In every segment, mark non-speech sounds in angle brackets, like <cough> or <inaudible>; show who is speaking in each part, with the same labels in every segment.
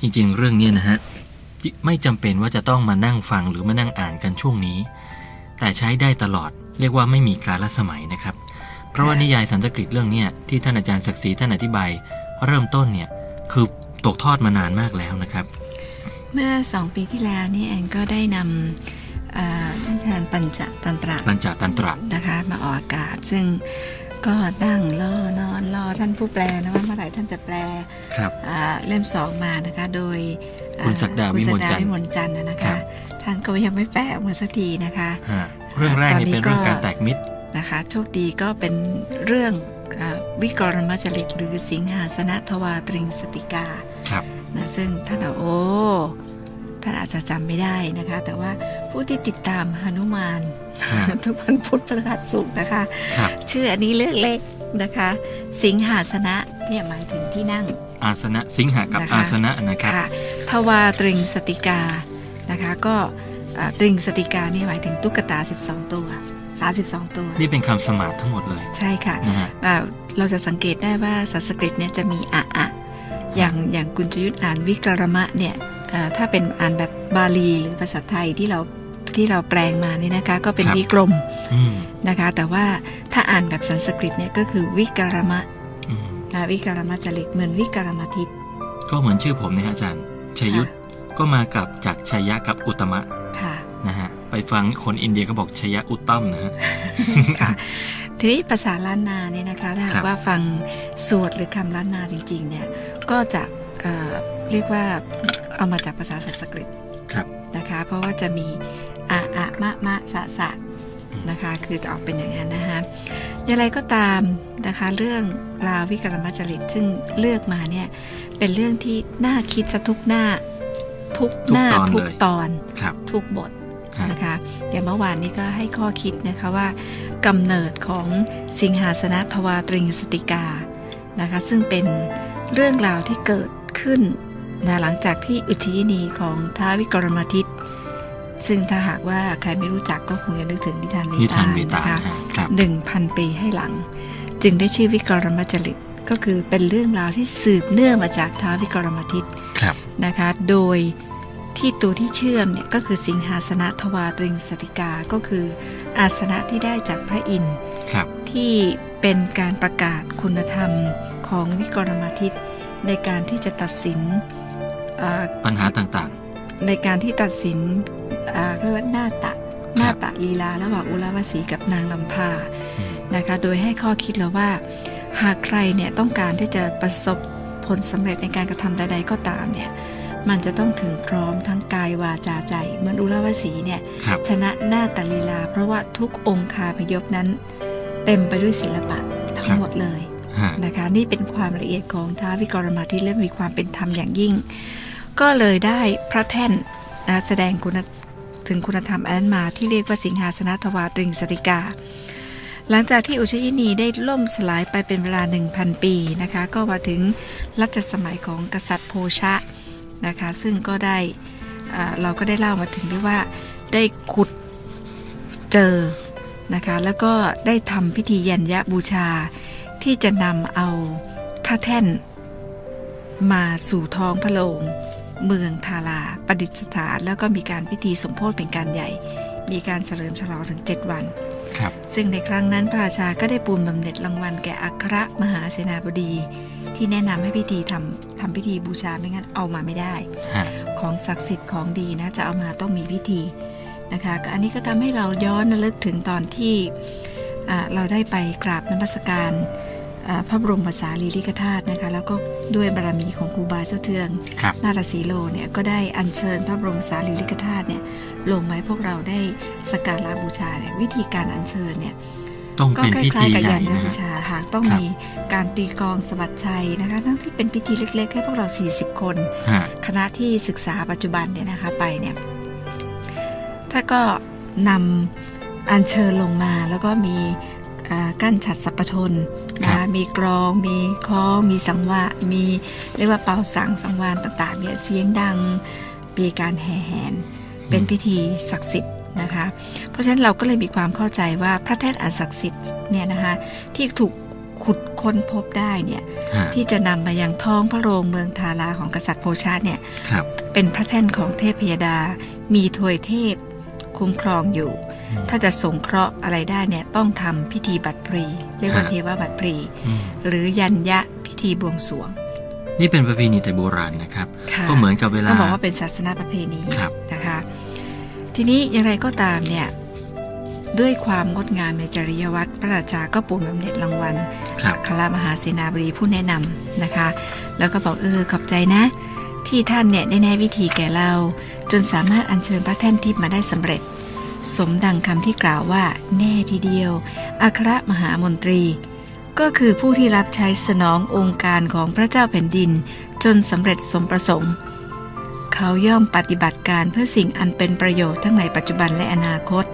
Speaker 1: จริงๆ เรื่องเนี้ยนะฮะที่ไม่จำเป็นว่าจะต้องมานั่งฟังหรือมานั่งอ่านกันช่วงนี้ แต่ใช้ได้ตลอดเรียกว่าไม่มีกาลสมัยนะครับ เพราะว่านิยายสันสกฤตเรื่องเนี้ยที่ท่านอาจารย์ศักดิ์ศรีท่านอธิบาย เริ่มต้นเนี่ยคือตกทอดมานานมากแล้วนะครับ
Speaker 2: เมื่อสองปีที่แล้วนี่แอนก็ได้นำเอ่อนิทานปัญจตันตระ
Speaker 1: หลังจากตันตระ
Speaker 2: นะคะ มาออกอากาศ ซึ่งก็ตั้งรอนอนรอท่านผู้แปลนะว่าเมื่อไหร่ท่านจะแปล
Speaker 1: ครับ
Speaker 2: อ่าเล่มสองมานะคะ โดยอ่
Speaker 1: คุณศักดาวิมลจันทร์
Speaker 2: คุณศักดาวิมลจันทร์นะ
Speaker 1: ครั
Speaker 2: คะ
Speaker 1: บ
Speaker 2: ท่านก็ยังไม่แปลออกมาสักทีนะคะ
Speaker 1: ฮะเรื่องแรกนี่เป็นเรื่องการแตกมิตร
Speaker 2: นะคะ โชคดีก็เป็นเรื่องเออวิกรมจริตหรือสิงหาสนทวาตริงสติกา
Speaker 1: ครับ
Speaker 2: นะซึ่งท่านบอกโอ้ท่านอาจจะจำไม่ได้นะคะ แต่ว่าผู้ที่ติดตามหนุมาน <laughs>
Speaker 1: ฮะ
Speaker 2: ทุกวันพุธพฤหัสศุกร์นะคะ
Speaker 1: ครับ
Speaker 2: ชื่ออันนี้เลือกเล็กนะคะ สิงหาสนะเนี่ยหมายถึงที่นั่ง
Speaker 1: อาสนะสิงหากับ
Speaker 2: นะคะ
Speaker 1: อาสนะนะครับ
Speaker 2: ค่ะทวาตริงสติกานะคะก็อ่าตริงสติกานี่หมายถึงตุ๊กตา 12 ตัว 32 ตัว
Speaker 1: นี่เป็นคำสมาธิทั้งหมดเลย
Speaker 2: ใช่ค่ะ
Speaker 1: นะฮะ
Speaker 2: อ่าเราจะสังเกตได้ว่าสันสกฤตเนี่ยจะมีอะอะอย่างอย่างคุณจยุทธอ่านวิกรมะเนี่ยอ่าถ้าเป็นอ่านแบบบาลีหรือภาษาไทยที่เราที่เราแปลงมาเนี่ยนะคะ ก็เป็น
Speaker 1: ครับ
Speaker 2: วิกรม
Speaker 1: อืม
Speaker 2: นะคะ แต่ว่าถ้าอ่านแบบสันสกฤตเนี่ยก็คือวิกรมะ
Speaker 1: อืม
Speaker 2: นะวิกรมะจริตเหมือนวิกรมทิต
Speaker 1: ก็เหมือนชื่อผมนะฮะอาจารย์ชยยุทธก็มากับจากชยะกับอุตตมะ
Speaker 2: ค่ะ
Speaker 1: นะฮะไปฟังคนอินเดียก็บอกชยะอุตตัมนะฮะ
Speaker 2: ค่ะทีนี้ภาษาล้านนาเนี่ยนะคะถ้าหา
Speaker 1: ครับ
Speaker 2: กว่าฟังสวดหรือคำล้านนาจริงๆเนี่ยก็จะเอ่อเรียกว่าเอามาจากภาษาสันสกฤต
Speaker 1: ครับ
Speaker 2: นะคะเพราะว่าจะมีอะอะมะมะสะสะนะคะคือจะออกเป็นอย่างนั้นนะคะอย่างไรก็ตามนะคะเรื่องราววิกรมจริตซึ่งเลือกมาเนี่ยเป็นเรื่องที่น่าคิดซะทุกหน้าทุกหน้า
Speaker 1: ทุ
Speaker 2: ทุ
Speaker 1: ก
Speaker 2: ก
Speaker 1: ต
Speaker 2: ต
Speaker 1: อ
Speaker 2: อน น
Speaker 1: เลย ครับ
Speaker 2: ทุกบท
Speaker 1: ฮะ
Speaker 2: นะคะอย่างเมื่อวานนี้ก็ให้ข้อคิดนะคะว่ากำเนิดของสิงหาสนะทวาตริงสติกานะคะซึ่งเป็นเรื่องราวที่เกิดขึ้นนะหลังจากที่อุทยินีของท้าววิกรมทิต ซึ่งถ้าหากว่าใครไม่รู้จักก็คงจะนึกถึงนิทานเว
Speaker 1: นิ
Speaker 2: ตา
Speaker 1: ทาน
Speaker 2: ล
Speaker 1: เวตาล
Speaker 2: นะคะ
Speaker 1: นะฮะครับ
Speaker 2: หนึ่งพันปีให้หลัง จึงได้ชื่อวิกรมจริต ก็คือเป็นเรื่องราวที่สืบเนื่องมาจากท้าววิกรมทิต
Speaker 1: ครับ
Speaker 2: นะคะ โดยที่ตัวที่เชื่อมเนี่ยก็คือสิงหาสนะทวาตริงสติกา ก็คืออาสนะที่ได้จากพระอินทร์
Speaker 1: ครับ
Speaker 2: ที่เป็นการประกาศคุณธรรมของวิกรมทิตในการที่จะตัดสินเอ่อ
Speaker 1: ปัญหาต่าง
Speaker 2: ในการที่ตัดสินอ่าเรียกว่าหน้าตะหน้าตะลีลาระหว่างอุลาวาสีกับนางลำพา
Speaker 1: ๆอืม
Speaker 2: นะคะ โดยให้ข้อคิดแล้วว่า หากใครเนี่ยต้องการที่จะประสบผลสำเร็จในการกระทำใดๆก็ตามเนี่ย มันจะต้องถึงพร้อมทั้งกายวาจาใจ เหมือนอุลาวาสีเนี่ย
Speaker 1: ครับ
Speaker 2: ชนะหน้าตะลีลา เพราะว่าทุกองคาพยพนั้น เต็มไปด้วยศิลปะ
Speaker 1: ครั
Speaker 2: ทั้
Speaker 1: บ
Speaker 2: งหมดเลย
Speaker 1: ฮะ
Speaker 2: นะคะนี่เป็นความละเอียดของท้าววิกรมาทิตและมีความเป็นธรรมอย่างยิ่ง ก็เลยได้พระแท่นนะแสดงคุณถึงคุณธรรมอันนั้นมาที่เรียกว่าสิงหาสนทวาตริงสติกา หลังจากที่อุชยินีได้ล่มสลายไปเป็นเวลา 1,000 ปีนะคะก็มาถึงรัชสมัยของกษัตริย์โพชะนะคะซึ่งก็ได้อ่าเราก็ได้เล่ามาถึงด้วยว่าได้ขุดเจอนะคะแล้วก็ได้ทำพิธียัญญบูชา ที่จะนำเอาพระแท่น มาสู่ท้องพระโรงเมืองทาราประดิษฐานแล้วก็มีการพิธีสมโพธิเป็นการใหญ่ มีการเฉลิมฉลองถึง 7 วัน
Speaker 1: ครับ
Speaker 2: ซึ่งในครั้งนั้นพระราชาก็ได้ปูนบำเหน็จรางวัลแก่อัครมหาเสนาบดี ที่แนะนำให้พิธีทำทำพิธีบูชาไม่งั้นเอามาไม่ได้
Speaker 1: ฮะ
Speaker 2: ของศักดิ์สิทธิ์ของดีนะจะเอามาต้องมีพิธีนะคะก็อันนี้ก็ทำให้เราย้อนระลึกถึงตอนที่อ่าเราได้ไปกราบนมัสการอ่าพระบรมสารีริกธาตุนะคะแล้วก็ด้วยบารมีของครูบาเจ้าเทือง
Speaker 1: ครับ
Speaker 2: นาฏสีโลเนี่ยก็ได้อัญเชิญพระบรมสารีริกธาตุเนี่ยลงไว้พวกเราได้สักการะบูชาเนี่ยวิธีการอัญเชิญเนี่ย
Speaker 1: ต้อง
Speaker 2: ก็
Speaker 1: เป็น
Speaker 2: ค
Speaker 1: พิ
Speaker 2: ล้า
Speaker 1: ธี
Speaker 2: ยๆกับ
Speaker 1: ใหญ่
Speaker 2: ยานเนื้อ
Speaker 1: นะ
Speaker 2: บู
Speaker 1: ฮะ
Speaker 2: ชาหากต้อง
Speaker 1: ครับ
Speaker 2: มีการตีกลองสวัสดชัยนะคะ ทั้งที่เป็นพิธีเล็กๆ ให้พวกเรา 40 คน
Speaker 1: ฮะ
Speaker 2: คณะที่ศึกษาปัจจุบันเนี่ยนะคะไปเนี่ยถ้าก็นำอัญเชิญลงมาแล้วก็มีเอ่อกั้นฉัดสัพพทนนะ
Speaker 1: ครั
Speaker 2: คะ
Speaker 1: บ
Speaker 2: มีกรอง มีค้องมีสังวะมีเรียกว่าเป่าสังสังวานต่างๆเนี่ยเสียงดังมีการแห่แหน เป็นพิธีศักดิ์สิทธิ์นะคะ เพราะฉะนั้นเราก็เลยมีความเข้าใจว่าพระแท่นอันศักดิ์สิทธิ์เนี่ยนะคะที่ถูก ขุดค้นพบได้เนี่ย
Speaker 1: ฮะ
Speaker 2: ที่จะนำมายังท้องพระโรงเมืองทาราของกษัตริย์โพชาเนี่ย
Speaker 1: ครับ
Speaker 2: เป็นพระแท่นของเทพพยดา มีทวยเทพ คุ้มครองอยู่
Speaker 1: อืม
Speaker 2: ถ้าจะสงเคราะห์อะไรได้เนี่ยต้องทำพิธีบัตรพรีเรียกว่า
Speaker 1: ฮะ
Speaker 2: เทวบัตรพรี
Speaker 1: อืม
Speaker 2: หรือยัญยะพิธีบวงสรวง
Speaker 1: นี่เป็นประเพณีแต่โบราณนะครับ
Speaker 2: ค่ะ
Speaker 1: ก็เหมือนกับเวลา
Speaker 2: ต้องบอกว่าเป็นศาสนาประเพณี
Speaker 1: ครับ
Speaker 2: นะคะทีนี้อย่างไรก็ตามเนี่ยด้วยความงดงามในจริยวัตรพระราชาก็ปูนบำเหน็จรางวัล
Speaker 1: ครับ
Speaker 2: อัครมหาเสนาบดีผู้แนะนำนะคะ แล้วก็บอกเออขอบใจนะ ที่ท่านเนี่ยได้แนะวิธีแก่เรา จนสามารถอัญเชิญพระแท่นทิพย์มาได้สำเร็จ สมดังคำที่กล่าวว่าแน่ทีเดียว อัครมหามนตรี ก็คือผู้ที่รับใช้สนององค์การของพระเจ้าแผ่นดิน จนสำเร็จสมประสงค์ เขาย่อมปฏิบัติการเพื่อสิ่งอันเป็นประโยชน์ทั้งในปัจจุบันและอนาคต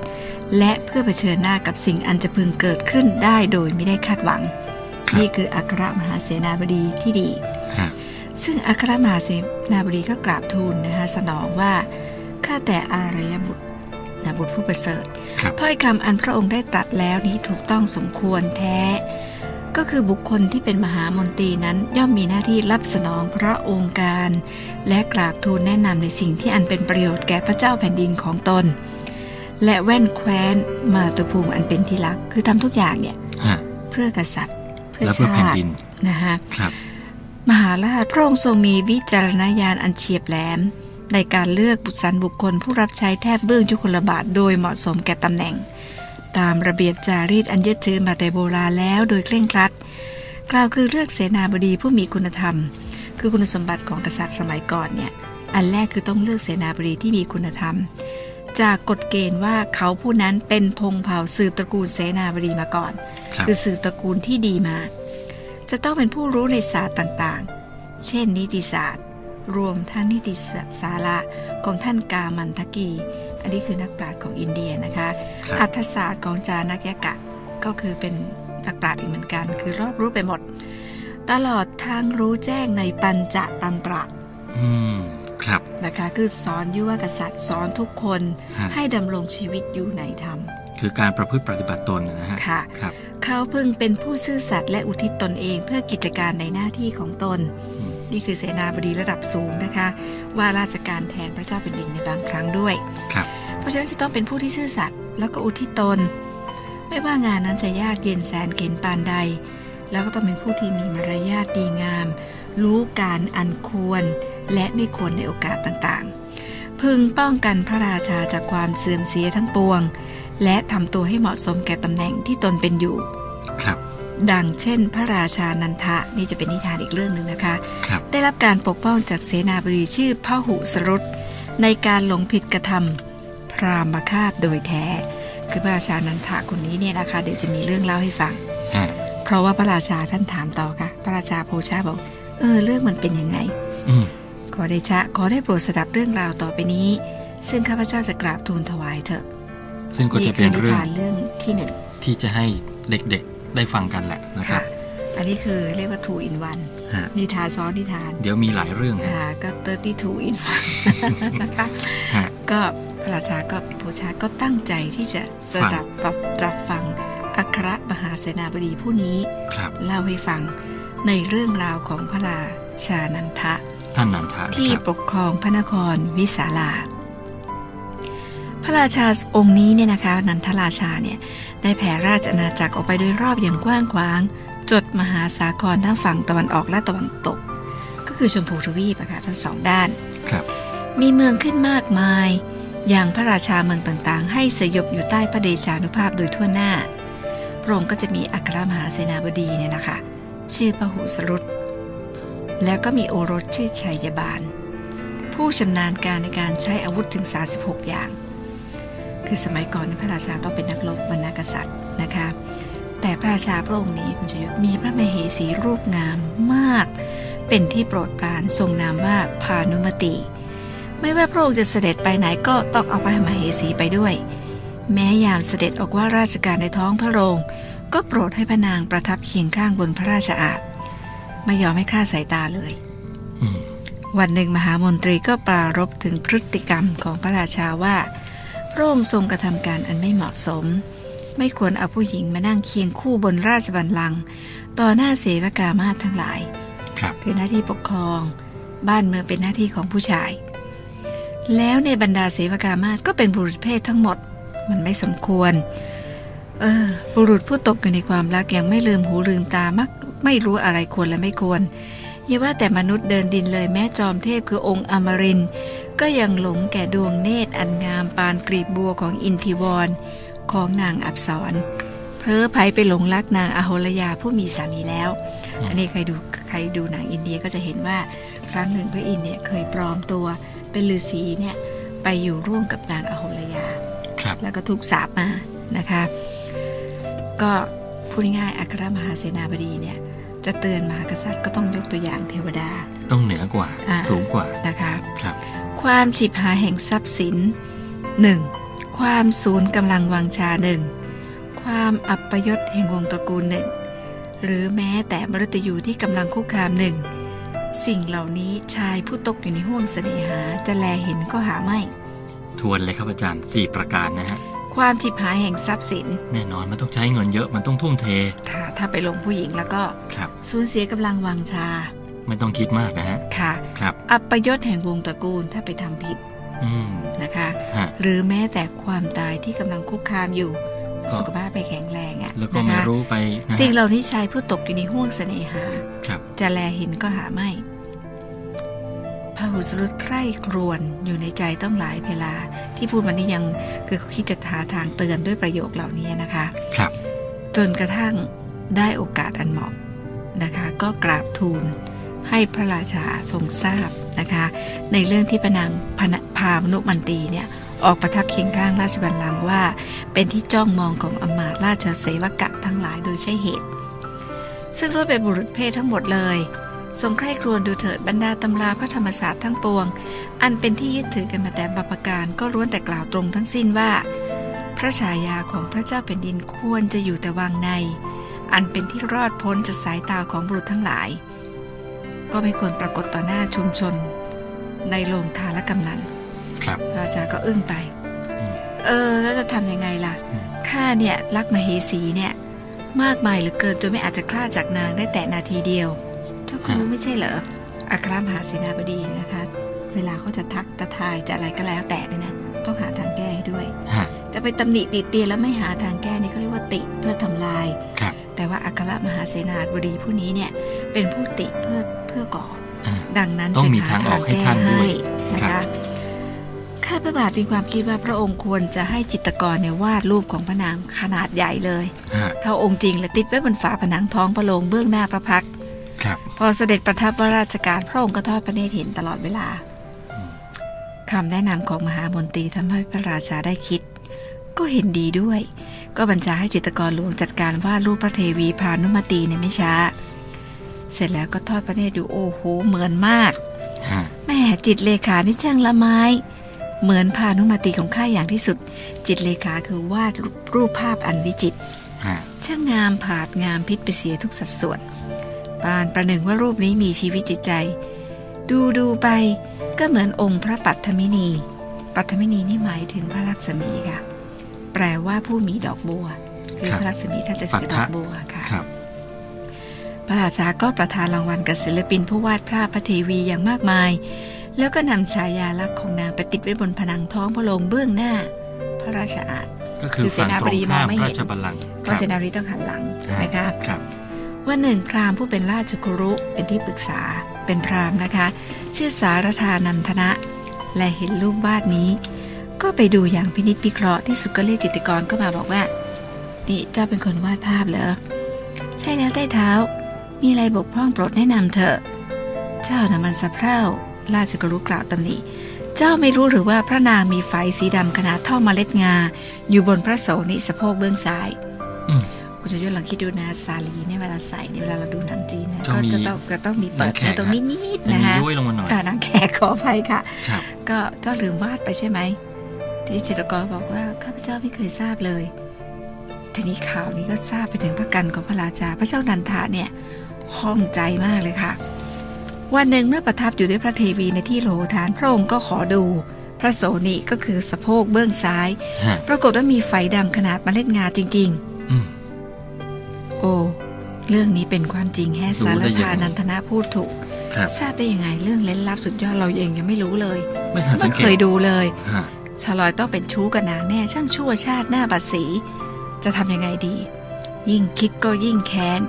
Speaker 2: และเพื่อเผชิญหน้ากับสิ่งอันจะพึงเกิดขึ้นได้โดยไม่ได้คาดหวัง
Speaker 1: ครับ
Speaker 2: นี่คืออัครมหาเสนาบดีที่ดี
Speaker 1: ฮะ
Speaker 2: ซึ่งอัครมหาเสนาบดีก็กราบทูลนะคะสนองว่าข้าแต่อารยบุตรนะบุตรผู้ประเสริฐ
Speaker 1: ครับ
Speaker 2: ถ้อยคำอันพระองค์ได้ตรัสแล้วนี้ถูกต้องสมควรแท้ ก็คือบุคคลที่เป็นมหามนตรีนั้นย่อมมีหน้าที่รับสนองพระองค์การ และกราบทูลแนะนำในสิ่งที่อันเป็นประโยชน์แก่พระเจ้าแผ่นดินของตน และแว่นแคว้นมาตุภูมิอันเป็นที่รัก คือทำทุกอย่างเนี่ย
Speaker 1: ฮะ
Speaker 2: เพื่อกษัตริย์เพื่อ
Speaker 1: และเพื่อ
Speaker 2: ชา
Speaker 1: แผ่น
Speaker 2: ติ
Speaker 1: ดิน
Speaker 2: นะคะ
Speaker 1: ครับ
Speaker 2: มหาราชพระองค์ทรงมีวิจารณญาณอันเฉียบแหลม ในการเลือกบุตรสรรบุคคลผู้รับใช้แทบเบื้องยุคลบาทโดยเหมาะสมแก่ตำแหน่ง ตามระเบียบจารีตอันยึดถือมาแต่โบราณแล้วโดยเคร่งครัด กล่าวคือเลือกเสนาบดีผู้มีคุณธรรม คือคุณสมบัติของกษัตริย์สมัยก่อนเนี่ยอันแรกคือต้องเลือกเสนาบดีที่มีคุณธรรม จากกฎเกณฑ์ว่าเขาผู้นั้นเป็นพงศ์เผ่าสืบตระกูลเสนาบดีมาก่อน
Speaker 1: ครับ
Speaker 2: คือสื่อตระกูลที่ดีมา จะต้องเป็นผู้รู้ในศาสตร์ต่างๆ เช่น นิติศาสตร์ รวมทั้งนิติศาสตร์สาระของท่านกามันทกี อันนี้คือนักปราชญ์ของอินเดียนะคะ
Speaker 1: ครับ
Speaker 2: อัธศาสตร์ของจานักยกะ ก็คือเป็นนักปราชญ์อีกเหมือนกัน คือรอบรู้ไปหมด ตลอดทางรู้แจ้งในปัญจตันตระ
Speaker 1: อืมครับ
Speaker 2: นะคะ คือสอนยุวกษัตริย์สอนทุกคน
Speaker 1: ฮะ
Speaker 2: ให้ดำรงชีวิตอยู่ในธรรม
Speaker 1: คือการประพฤติปฏิบัติตนนะฮะ
Speaker 2: ค่ะ
Speaker 1: ครับ
Speaker 2: เขาพึงเป็นผู้ซื่อสัตย์และอุทิศตนเองเพื่อกิจการในหน้าที่ของตน นี่คือเสนาบดีระดับสูงนะคะ ว่าราชการแทนพระเจ้าแผ่นดินในบางครั้งด้วย
Speaker 1: ครับ
Speaker 2: เพราะฉะนั้นจะต้องเป็นผู้ที่ซื่อสัตย์แล้วก็อุทิศตน ไม่ว่างานนั้นจะยากเย็นแสนเข็ญปานใด แล้วก็ต้องเป็นผู้ที่มีมารยาทดีงาม รู้การอันควร และไม่ควรในโอกาสต่างๆ พึงป้องกันพระราชาจากความเสื่อมเสียทั้งปวง และทำตัวให้เหมาะสมแก่ตำแหน่งที่ตนเป็นอยู่
Speaker 1: ครับ
Speaker 2: ดังเช่น พระราชานันทะนี่จะเป็นนิทานอีกเรื่องหนึ่งนะคะ
Speaker 1: ครับ
Speaker 2: ได้รับการปกป้องจากเสนาบดีชื่อพระหุสรุตในการหลงผิดกระทำพราหมฆาตโดยแท้ คือพระราชานันทะคนนี้เนี่ยนะคะ เดี๋ยวจะมีเรื่องเล่าให้ฟัง
Speaker 1: ฮะ
Speaker 2: เพราะว่าพระราชาท่านถามต่อค่ะ พระราชาโพชาบอก เออ เรื่องมันเป็นยังไง
Speaker 1: อืม
Speaker 2: ขอเดชะ ขอได้โปรดสดับเรื่องราวต่อไปนี้ ซึ่งข้าพเจ้าจะกราบทูลถวายเถอะ
Speaker 1: ซึ่งก็จะ
Speaker 2: คื
Speaker 1: เป็น
Speaker 2: นิ
Speaker 1: เรื่อง
Speaker 2: ทานเรื่องที่หนึ่ง
Speaker 1: ที่จะให้เด็กๆได้ฟังกันแหละนะครั
Speaker 2: ค่ะ
Speaker 1: บ
Speaker 2: อันนี้คือเรียกว่าทูอินวัน
Speaker 1: ฮะ
Speaker 2: นิทานซ้อนนิทาน
Speaker 1: เดี๋ยวมีหลายเรื่องฮะ
Speaker 2: อ่าก็เตอร์ตี้ทูอินนะคะ
Speaker 1: ฮะ
Speaker 2: ก็พระราชาก็โพชาก็ตั้งใจที่จะส
Speaker 1: ฟัง
Speaker 2: ดับรับรับฟัง อัครมหาเสนาบดีผู้นี้
Speaker 1: ครับ
Speaker 2: เล่าให้ฟังในเรื่องราวของพระราชานันทะ
Speaker 1: ท่านนันทะนะ
Speaker 2: ที่
Speaker 1: ครับ
Speaker 2: ปกครองพระนครวิสาลา พระราชาองค์นี้เนี่ยนะคะ นันทราชาเนี่ยได้แผ่ราชอาณาจักรออกไปโดยรอบอย่างกว้างขวาง จดมหาสาครทั้งฝั่งตะวันออกและตะวันตก ก็คือชมพูทวีปอะค่ะทั้งสองด้าน
Speaker 1: ครับ
Speaker 2: มีเมืองขึ้นมากมาย อย่างพระราชาเมืองต่างๆ ให้สยบอยู่ใต้พระเดชานุภาพโดยทั่วหน้า พระองค์ก็จะมีอัครมหาเสนาบดีเนี่ยนะคะ ชื่อพหุสรุตแล้วก็มีโอรสชื่อชัยบาล ผู้ชำนาญการในการใช้อาวุธถึง 36 อย่าง คือสมัยก่อนพระราชาต้องเป็นนักรบบรรณากษัตริย์นะคะ แต่พระราชาพระองค์นี้คุณชยศมีพระมเหสีรูปงามมาก เป็นที่โปรดปรานทรงนามว่าพานุมติ ไม่ว่าพระองค์จะเสด็จไปไหนก็ต้องเอาพระมเหสีไปด้วย แม้ยามเสด็จออกว่าราชการในท้องพระโรง ก็โปรดให้พระนางประทับเคียงข้างบนพระราชอาณไม่ยอมให้คลาดสายตาเลย
Speaker 1: อืม
Speaker 2: วันหนึ่งมหามนตรีก็ปรารบถึงพฤติกรรมของพระราชาว่า พระองค์ทรงกระทำการอันไม่เหมาะสม ไม่ควรเอาผู้หญิงมานั่งเคียงคู่บนราชบัลลังก์ ต่อหน้าเสวกามาศทั้งหลาย
Speaker 1: ครับ
Speaker 2: คือหน้าที่ปกครอง บ้านเมืองเป็นหน้าที่ของผู้ชาย แล้วในบรรดาเสวกามาศก็เป็นบุรุษเพศทั้งหมด มันไม่สมควร เออ บุรุษผู้ตกอยู่ในความรักยังไม่ลืมหูลืมตามัก ไม่รู้อะไรควรและไม่ควรอย่าว่าแต่มนุษย์เดินดินเลยแม้จอมเทพคือองค์อมรินทร์ก็ยังหลงแก่ดวงเนตรอันงามปานกรีบบัวของอินทิวรณ์ของนางอับสรเพ้อภัยไปหลงรักนางอโหรยาผู้มีสามีแล้ว
Speaker 1: อืม
Speaker 2: อันนี้ใครดูใครดูหนังอินเดียก็จะเห็นว่าครั้งหนึ่งพระอินทร์เนี่ยเคยปลอมตัวเป็นฤาษีเนี่ยไปอยู่ร่วมกับนางอโหรยา
Speaker 1: ครับ
Speaker 2: แล้วก็ถูกสาปมานะคะ ก็พูดง่ายๆอัครมหาเสนาบดีเนี่ยจะเตือนมหากษัตริย์ก็ต้องยกตัวอย่างเทวดา
Speaker 1: ต้องเหนือกว่า
Speaker 2: อ่า
Speaker 1: สูงกว่า
Speaker 2: นะคะ
Speaker 1: ครับ
Speaker 2: ความฉิบหายแห่งทรัพย์สิน 1. ความศูนย์กำลังวังชาหนึ่งความอัปยศแห่งวงตระกูลหนึ่งหรือแม้แต่มฤตยูที่กำลังคุกคามหนึ่งสิ่งเหล่านี้ชายผู้ตกอยู่ในห้วงเสน่หาจะแลเห็นก็หาไม่
Speaker 1: ทวนเลยครับอาจารย์ 4 ประการนะฮะ
Speaker 2: ความฉิบหายแห่งทรัพย์สิน
Speaker 1: แน่นอนมันต้องใช้เงินเยอะมันต้องทุ่มเท
Speaker 2: ถ้าถ้าไปลงผู้หญิงแล้วก็
Speaker 1: ครับ
Speaker 2: สูญเสียกำลังวังชา
Speaker 1: ไม่ต้องคิดมากนะฮะ
Speaker 2: ค่ะ
Speaker 1: ครับ
Speaker 2: อัปยศแห่งวงตระกูลถ้าไปทำผิด
Speaker 1: อืม
Speaker 2: นะคะ
Speaker 1: ฮะ
Speaker 2: หรือแม้แต่ความตายที่กำลังคุกคามอยู่
Speaker 1: ก็
Speaker 2: สุขภาพไปแข็งแรงอะ
Speaker 1: แล้วก็
Speaker 2: นะ
Speaker 1: ไม่
Speaker 2: คะ
Speaker 1: รู้ไปนะฮะ
Speaker 2: สิ่งเหล่านี้ชายผู้ตกอยู่ในห้วงเสน่หา
Speaker 1: ครับ
Speaker 2: จะแลเห็นก็หาไม่พหุสรุตใคร่ครวญอยู่ในใจต้องหลายเวลา ที่พูดมานี่ยังคือคิดจะหาทางเตือนด้วยประโยคเหล่านี้นะคะ
Speaker 1: ครับ
Speaker 2: จนกระทั่งได้โอกาสอันเหมาะนะคะ ก็กราบทูลให้พระราชาทรงทราบนะคะ ในเรื่องที่พระนางพนะพามนุมันตีเนี่ยออกประทับเคียงข้างราชบัลลังก์ว่า เป็นที่จ้องมองของอำมาตย์ราชเสวกะทั้งหลายโดยใช่เหตุ ซึ่งรวบเป็นบุรุษเพศทั้งหมดเลย ทรงใคร่ครวญดูเถิดบรรดาตำราพระธรรมศาสตร์ทั้งปวง อันเป็นที่ยึดถือกันมาแต่บรรพการก็ล้วนแต่กล่าวตรงทั้งสิ้นว่า พระฉายาของพระเจ้าแผ่นดินควรจะอยู่แต่วังใน อันเป็นที่รอดพ้นจากสายตาของบุรุษทั้งหลาย ก็ไม่ควรปรากฏต่อหน้าชุมชน ในโรงทานและกำนัน
Speaker 1: ครับ
Speaker 2: ราชาก็อึ้งไป
Speaker 1: อืม
Speaker 2: เออ แล้วจะทำยังไงล่ะ
Speaker 1: อืม
Speaker 2: ข้าเนี่ย รักมเหสีเนี่ย มากมายเหลือเกินจนไม่อาจจะคลาดจากนางได้แต่นาทีเดียวเจ้าคุณรู้ไม่ใช่เหรอ อัครมหาเสนาบดีเนี่ยนะคะ เวลาเขาจะทักจะทายจะอะไรก็แล้วแต่เนี่ยนะ ต้องหาทางแก้ให้ด้วย
Speaker 1: ฮะ
Speaker 2: จะไปตำหนิติเตียนแล้วไม่หาทางแก้นี่เขาเรียกว่าติเพื่อทำลาย
Speaker 1: ครับ
Speaker 2: แต่ว่าอัครมหาเสนาบดีผู้นี้เนี่ย เป็นผู้ติเพื่อเพื่อก่อ
Speaker 1: อ่า
Speaker 2: ดังนั้น
Speaker 1: ต้อง
Speaker 2: จึ
Speaker 1: มีทางออกให้ท่านด้วย
Speaker 2: นะ
Speaker 1: ครั
Speaker 2: คะ
Speaker 1: บ
Speaker 2: ข้าพระบาทมีความคิดว่าพระองค์ควรจะให้จิตรกรเนี่ยวาดรูปของพระนางขนาดใหญ่เลย
Speaker 1: ฮะ
Speaker 2: เท่าองค์จริงและติดไว้บนฝาผนังท้องพระโรงเบื้องหน้าพระพักตร์
Speaker 1: ครับ
Speaker 2: พอเสด็จประทับว่าราชการพระองค์ก็ทอดพระเนตรเห็นตลอดเวลา
Speaker 1: อืม
Speaker 2: คำแนะนำของมหามนตรีทำให้พระราชาได้คิด ก็เห็นดีด้วย ก็บัญชาให้จิตรกรหลวงจัดการวาดรูปพระเทวีพานุมาตีในไม่ช้า เสร็จแล้วก็ทอดพระเนตรดูโอ้โหเหมือนมาก
Speaker 1: ฮะ
Speaker 2: แม่จิตเลขานี่ช่างละไม้ เหมือนพานุมาตีของข้าอย่างที่สุด จิตเลขาคือวาดรูปภาพอันวิจิตร
Speaker 1: ฮะ
Speaker 2: ช่างงามผาดงามพิษไปเสียทุกสัดส่วน ปานประหนึ่งว่ารูปนี้มีชีวิตจิตใจ ดูดูไปก็เหมือนองค์พระปัทธมินี ปัทธมินีนี่หมายถึงพระลักษมีค่ะ แปลว่าผู้มีดอกบัว คือพระลักษมีท่านจะถือดอกบัวค่ะ
Speaker 1: ครับ
Speaker 2: พระราชาก็ประทานรางวัลกับศิลปินผู้วาดภาพพระเทวีอย่างมากมาย แล้วก็นำฉายาลักษณ์ของนางไปติดไว้บนผนังท้องพระโรงเบื้องหน้า พระราชอาณ
Speaker 1: ก็คือ
Speaker 2: คือ
Speaker 1: ฝั่ง
Speaker 2: เสนา
Speaker 1: ต
Speaker 2: บ
Speaker 1: รง
Speaker 2: ดี
Speaker 1: ข้าม
Speaker 2: มองไม่เห็น
Speaker 1: ราชบัลลังก์
Speaker 2: เพ
Speaker 1: ครั
Speaker 2: ราะ
Speaker 1: บ
Speaker 2: เสนาบดีต้องหันหลัง
Speaker 1: ฮ
Speaker 2: นะคะ
Speaker 1: ครับ
Speaker 2: ว่าหนึ่งพราหมณ์ผู้เป็นราชกุรุเป็นที่ปรึกษาเป็นพราหมณ์นะคะ ชื่อสารธานันทนะ และเห็นรูปวาดนี้ ก็ไปดูอย่างพินิจพิเคราะห์ที่สุดก็เรียกจิตรกรก็มาบอกว่า นี่เจ้าเป็นคนวาดภาพเหรอ ใช่แล้วใต้เท้า มีอะไรบกพร่องโปรดแนะนำเถอะ เจ้านะมันสะเพร่าราชกุรุกล่าวตำหนิเจ้าไม่รู้หรือว่าพระนางมีไฟสีดำขนาดเท่าเมล็ดงา อยู่บนพระโสนิสะโพกเบื้องซ้าย
Speaker 1: อืม
Speaker 2: คุณจะยศลองคิดดูนะซาลีเนี่ยเวลาใส่เนี่ยเวลาเราดูหนังจีนนะ
Speaker 1: จะ
Speaker 2: ก็
Speaker 1: มี
Speaker 2: จะต้องจะต้องมีเปิ
Speaker 1: ห
Speaker 2: ด
Speaker 1: นังแขก
Speaker 2: ในตรงนี้นิด
Speaker 1: จะ
Speaker 2: นะ
Speaker 1: มี
Speaker 2: คะ
Speaker 1: ย้วยลงมาหน่อย
Speaker 2: อ่าหนังแขก <laughs> ขออภัยค่ะ
Speaker 1: ครับ
Speaker 2: ก็เจ้าลืมวาดไปใช่ไหมที่จิตรกรบอกว่าข้าพเจ้าไม่เคยทราบเลย ทีนี้ข่าวนี้ก็ทราบไปถึงพระกันของพระราชา พระเจ้านันทะเนี่ยข้องใจมากเลยค่ะ วันหนึ่งเมื่อประทับอยู่ด้วยพระเทวีในที่โลทานพระองค์ก็ขอดู พระโสนิก็คือสะโพกเบื้องซ้าย
Speaker 1: ฮะ
Speaker 2: ปรากฏว่ามีไฟดำขนาดเมล็ดงาจริง ๆ
Speaker 1: อืม
Speaker 2: โอ้ เรื่องนี้เป็นความจริงแฮสาร
Speaker 1: รู้ได้ยัง
Speaker 2: พา
Speaker 1: ไง
Speaker 2: นันทนาพูดถูก
Speaker 1: ครับ
Speaker 2: ทราบได้ยังไงเรื่องเล่นลับสุดยอดเราเองยังไม่รู้เลย
Speaker 1: ไม่ทันสั
Speaker 2: ไม่
Speaker 1: งเก
Speaker 2: เค
Speaker 1: ต
Speaker 2: ยดูเลย
Speaker 1: ฮะ
Speaker 2: ชาลอยต้องเป็นชู้กับนางแน่ช่างชั่วชาติหน้าบัดสี จะทำยังไงดี ยิ่งคิดก็ยิ่งแค้น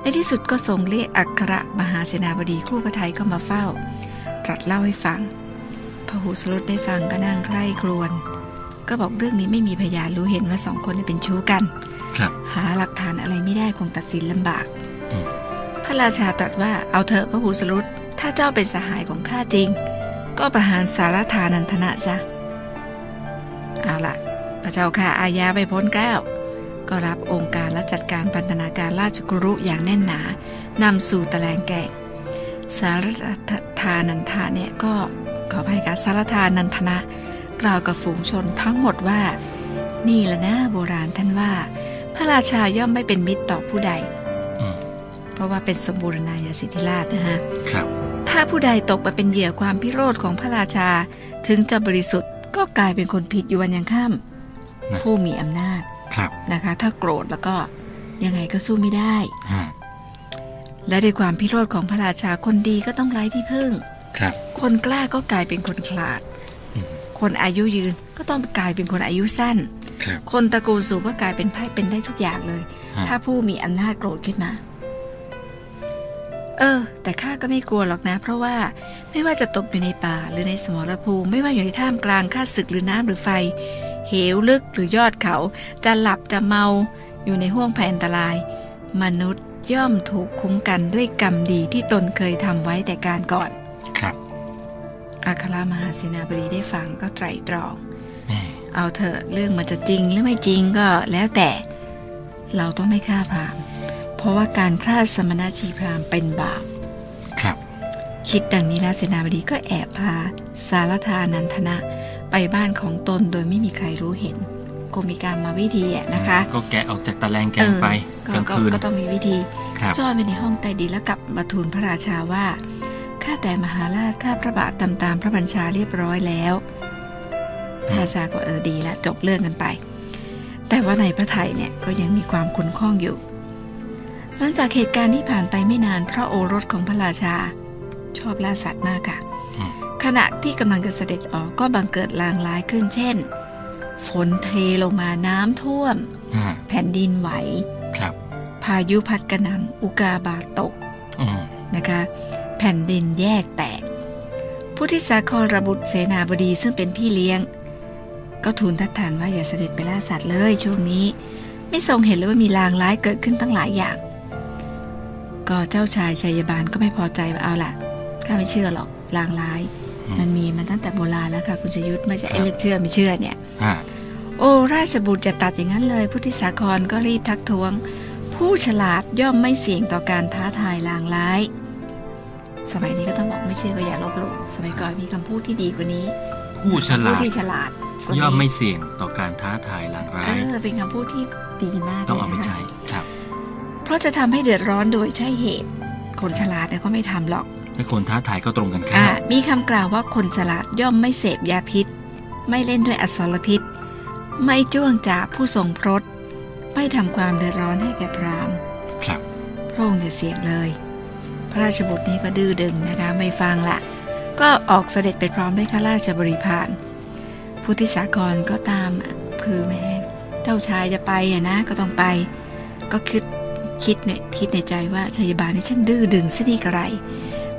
Speaker 2: ในที่สุดก็ส่งเรียกอัครมหาเสนาบดีครู่พระไทยก็มาเฝ้า ตรัสเล่าให้ฟังพหูสลดได้ฟังก็นั่งใคร่ครวญก็บอกเรื่องนี้ไม่มีพยานรู้เห็นว่าสองคนนี้เป็นชู้กัน
Speaker 1: ครับ
Speaker 2: หาหลักฐานอะไรไม่ได้คงตัดสินลำบาก
Speaker 1: อืม
Speaker 2: พระราชาตรัสว่าเอาเถอะพระหูสรุตถ้าเจ้าเป็นสหายของข้าจริง ก็ประหารสารธานันทนะซะ เอาละพระเจ้าค่ะอาญาไปพ้นเกล้าก็รับองค์การและจัดการพันธนาการราชกุรุอย่างแน่นหนานำสู่ตะแลงแกงสารธานันทะเนี่ยก็ขออภัยค่ะสารธานันทนะ กล่าวกับฝูงชนทั้งหมดว่า นี่ละนะโบราณท่านว่า พระราชาย่อมไม่เป็นมิตรต่อผู้ใด
Speaker 1: อืม
Speaker 2: เพราะว่าเป็นสมบูรณาญาสิทธิราชนะฮะ
Speaker 1: ครับ
Speaker 2: ถ้าผู้ใดตกมาเป็นเหยื่อความพิโรธของพระราชา ถึงจะบริสุทธิ์ก็กลายเป็นคนผิดอยู่วันยังค่
Speaker 1: นะ
Speaker 2: ำผู้มีอำนาจ
Speaker 1: ครับ
Speaker 2: นะคะ ถ้าโกรธแล้วก็ยังไงก็สู้ไม่ได้
Speaker 1: ฮะ
Speaker 2: และด้วยความพิโรธของพระราชาคนดีก็ต้องไร้ที่พึ่ง
Speaker 1: ครับ
Speaker 2: คนกล้าก็กลายเป็นคนขลาด
Speaker 1: อืม
Speaker 2: คนอายุยืนก็ต้องกลายเป็นคนอายุสั้น
Speaker 1: ครับ
Speaker 2: คนตระกูลสูงก็กลายเป็นไพ่เป็นได้ทุกอย่างเลย
Speaker 1: ฮะ
Speaker 2: ถ้าผู้มีอำนาจโกรธขึ้นมา เออ แต่ข้าก็ไม่กลัวหรอกนะ เพราะว่าไม่ว่าจะตกอยู่ในป่าหรือในสมรภูมิ ไม่ว่าอยู่ในท่ามกลางข้าศึกหรือน้ำหรือไฟ เหวลึกหรือยอดเขา จะหลับจะเมาอยู่ในห้วงภัยอันตราย มนุษย์ย่อมถูกคุ้มกันด้วยกรรมดีที่ตนเคยทำไว้แต่การก่อน
Speaker 1: ครับ
Speaker 2: อาครามหาเสนาบดีได้ฟังก็ไตร่ตรอง
Speaker 1: แม่
Speaker 2: เอาเถอะเรื่องมันจะจริงหรือไม่จริงก็แล้วแต่ เราต้องไม่ฆ่าพราหมณ์เพราะว่าการฆ่าสมณชีพราหมณ์เป็นบาป
Speaker 1: ครับ
Speaker 2: คิดดังนี้แล้วเสนาบดีก็แอบพา สารธานันทนะ ไปบ้านของตนโดยไม่มีใครรู้เห็นก็มีการมาวิธีอะนะคะ
Speaker 1: ก็แกะออกจากตะแลงแก
Speaker 2: เอง อ
Speaker 1: ไป
Speaker 2: ก็
Speaker 1: กลาง
Speaker 2: ก็
Speaker 1: คืน
Speaker 2: ก็ต้องมีวิธี
Speaker 1: ครับ
Speaker 2: ซ่อนไว้ในห้องใต้ดินแล้วกลับมาทูลพระราชาว่า ข้าแต่มหาราชข้าพระบาทตามตามพระบัญชาเรียบร้อยแล้ว พระราชาก็เออดีละจบเรื่องกันไป แต่ว่าในพระไทยเนี่ยก็ยังมีความขุนข้องอยู่ หลังจากเหตุการณ์ที่ผ่านไปไม่นานพระโอรสของพระราชา ชอบล่าสัตว์มากค่ะ
Speaker 1: อืม
Speaker 2: ขณะที่กำลังจะเสด็จออกก็บังเกิดลางร้ายขึ้นเช่น ฝนเทลงมาน้ำท่วม
Speaker 1: ฮะ
Speaker 2: แผ่นดินไหว
Speaker 1: ครับ
Speaker 2: พายุพัดกระหน่ำอุกาบาตตก
Speaker 1: อืม
Speaker 2: นะคะแผ่นดินแยกแตก ผู้ที่สาครระบุตรเสนาบดีซึ่งเป็นพี่เลี้ยง ก็ทูลทัดทานว่าอย่าเสด็จไปล่าสัตว์เลยช่วงนี้ ไม่ทรงเห็นเลยว่ามีลางร้ายเกิดขึ้นตั้งหลายอย่าง ก็เจ้าชายชัยบาลก็ไม่พอใจว่าเอาล่ะข้าไม่เชื่อหรอกลางร้าย มันมีมาตั้งแต่โบราณแล้วค่ะคุณชยุทธไม่ใช่ไอ้เลือกเชื่อไม่เชื่อเนี่ย
Speaker 1: ฮะ
Speaker 2: โอ้ราชบุตรอย่าตัดอย่างนั้นเลย พุทธิสาครก็รีบทักท้วง ผู้ฉลาดย่อมไม่เสี่ยงต่อการท้าทายลางร้าย สมัยนี้ก็ต้องบอกไม่เชื่อก็อย่าลบหลู่สมัยก่อนมีคำพูดที่ดีกว่านี้
Speaker 1: ผู้ฉ
Speaker 2: ผู้
Speaker 1: ลาด
Speaker 2: ที่ฉลาดกว่านี้
Speaker 1: ย่อมไม่เสี่ยงต่อการท้าทายลางร้า
Speaker 2: เอย อเป็นคำพูดที่ดีมาก
Speaker 1: ต้องเอา
Speaker 2: ลย
Speaker 1: ไป
Speaker 2: นะคะ
Speaker 1: ใช้ครับ
Speaker 2: เพราะจะทำให้เดือดร้อนโดยใช่เหตุ คนฉลาดเนี่ยก็ไม่ทำหรอก
Speaker 1: ถ้าคนท้าทายก็ตรงกันข้า
Speaker 2: อ่าม มีคำกล่าวว่าคนฉลาดย่อมไม่เสพยาพิษ ไม่เล่นด้วยอสรพิษ ไม่จ้วงจ่าผู้ทรงพรตไม่ทำความเดือดร้อนให้แก่พราหมณ์
Speaker 1: ครับ
Speaker 2: พระองค์จะเสียงเลย พระราชบุตรนี้ก็ดื้อดึงนะคะไม่ฟังละ ก็ออกเสด็จไปพร้อมด้วยข้าราชบริพารผู้ที่สากรก็ตามคือแม่เจ้าชายจะไปอะนะก็ต้องไป ก็คิดคิดในคิดในใจว่าชัยบาลนี่ช่างดื้อดึงซะดีกระไร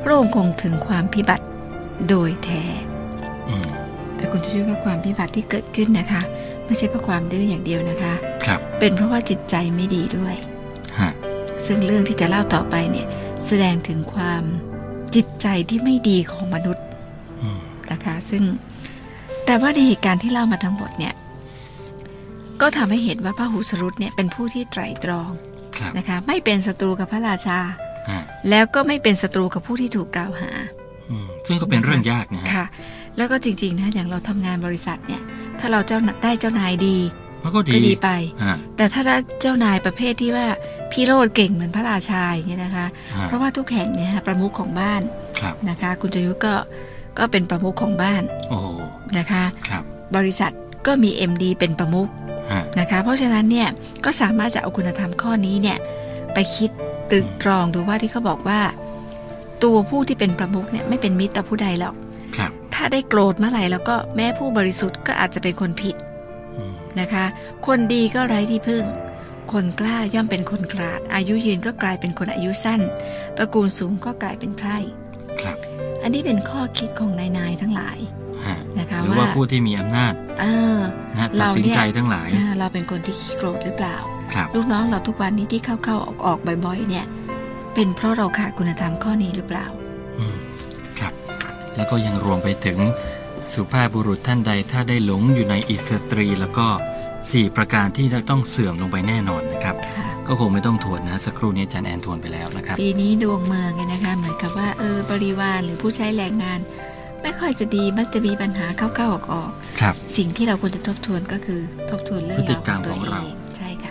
Speaker 2: พระองค์คงถึงความพิบัติโดยแท้
Speaker 1: อืม
Speaker 2: แต่คุณจะช่วยกับความพิบัติที่เกิดขึ้นนะคะ ไม่ใช่เพราะความดื้ออย่างเดียวนะคะ
Speaker 1: ครับ
Speaker 2: เป็นเพราะว่าจิตใจไม่ดีด้วย
Speaker 1: ฮะ
Speaker 2: ซึ่งเรื่องที่จะเล่าต่อไปเนี่ยแสดงถึงความจิตใจที่ไม่ดีของมนุษย์
Speaker 1: อืม
Speaker 2: นะคะ ซึ่งแต่ว่าในเหตุการณ์ที่เล่ามาทั้งหมดเนี่ยก็ทำให้เห็นว่าพระหูสรุตเนี่ยเป็นผู้ที่ไตร่ตรอง
Speaker 1: ครับ
Speaker 2: นะคะ ไม่เป็นศัตรูกับพระราชา
Speaker 1: ฮะ
Speaker 2: แล้วก็ไม่เป็นศัตรูกับผู้ที่ถูกกล่าวหา
Speaker 1: อืมซึ่งก็เป็นเรื่องยากนะฮะ
Speaker 2: ค่ะ แล้วก็จริงๆนะอย่างเราทำงานบริษัทเนี่ยถ้าเราเจ้าได้เจ้านายดี
Speaker 1: มันก็ดี
Speaker 2: ก็ดีไป
Speaker 1: ฮะ
Speaker 2: แต่ถ้าได้เจ้านายประเภทที่ว่าพี่โรดเก่งเหมือนพระราชาอย่างเงี้ยนะคะ
Speaker 1: ฮะ
Speaker 2: เพราะว่าทุกแห่งเนี่ยฮะประมุขของบ้าน
Speaker 1: ครับ
Speaker 2: นะคะ คุณจยุทธก็ก็เป็นประมุขของบ้าน
Speaker 1: โอ้โห
Speaker 2: นะคะ
Speaker 1: ครับ
Speaker 2: บริษัทก็มี MD เป็นประมุข
Speaker 1: ฮะ
Speaker 2: นะคะ เพราะฉะนั้นเนี่ยก็สามารถจะเอาคุณธรรมข้อนี้เนี่ยไปคิด ตรึกตรองดูว่าที่เขาบอกว่า ตัวผู้ที่เป็นประมุขเนี่ยไม่เป็นมิตรต่อผู้ใดหรอก
Speaker 1: ครับ
Speaker 2: ถ้าได้โกรธเมื่อไหร่แล้วก็แม้ผู้บริสุทธิ์ก็อาจจะเป็นคนผิด
Speaker 1: อืม
Speaker 2: นะคะ คนดีก็ไร้ที่พึ่ง คนกล้าย่อมเป็นคนขลาด อายุยืนก็กลายเป็นคนอายุสั้นตระกูลสูงก็กลายเป็นไพร่
Speaker 1: ครับ
Speaker 2: อันนี้เป็นข้อคิดของนายนายๆทั้งหลาย
Speaker 1: ฮะ
Speaker 2: นะคะ
Speaker 1: หรือว่า
Speaker 2: ว่า
Speaker 1: ผู้ที่มีอำนาจ
Speaker 2: เออ
Speaker 1: นะฮะตัด
Speaker 2: เรา
Speaker 1: สิน
Speaker 2: เนี่ย
Speaker 1: ใจทั้งหลาย
Speaker 2: อ่าเราเป็นคนที่ขี้โกรธหรือเปล่า
Speaker 1: ครับ
Speaker 2: ลูกน้องเราทุกวันนี้ที่เข้าเข้าๆออกออกๆบ่อย ๆ เนี่ย เป็นเพราะเราขาดคุณธรรมข้อนี้หรือเปล่า
Speaker 1: อืมครับ แล้วก็ยังรวมไปถึงสุภาพบุรุษท่านใดถ้าได้หลงอยู่ในอิสตรี แล้วก็ 4 ประการที่จะต้องเสื่อมลงไปแน่นอนนะครับ
Speaker 2: ค่ะ
Speaker 1: ก็คงไม่ต้องทวนนะสักครู่นี้อาจารย์แอนทวนไปแล้วนะครับ
Speaker 2: ปีนี้ดวงเมืองเนี่ยนะคะ เหมือนกับว่าเออบริวารหรือผู้ใช้แรงงาน ไม่ค่อยจะดีมักจะมีปัญหาเข้าๆออกออก
Speaker 1: ครับ
Speaker 2: ๆสิ่งที่เราควรจะทบทวนก็คือทบทวนเรื่อง
Speaker 1: พฤติ
Speaker 2: ราว
Speaker 1: กรรม
Speaker 2: ตัว
Speaker 1: ของ
Speaker 2: เอ
Speaker 1: เรา
Speaker 2: งใช่ค่ะ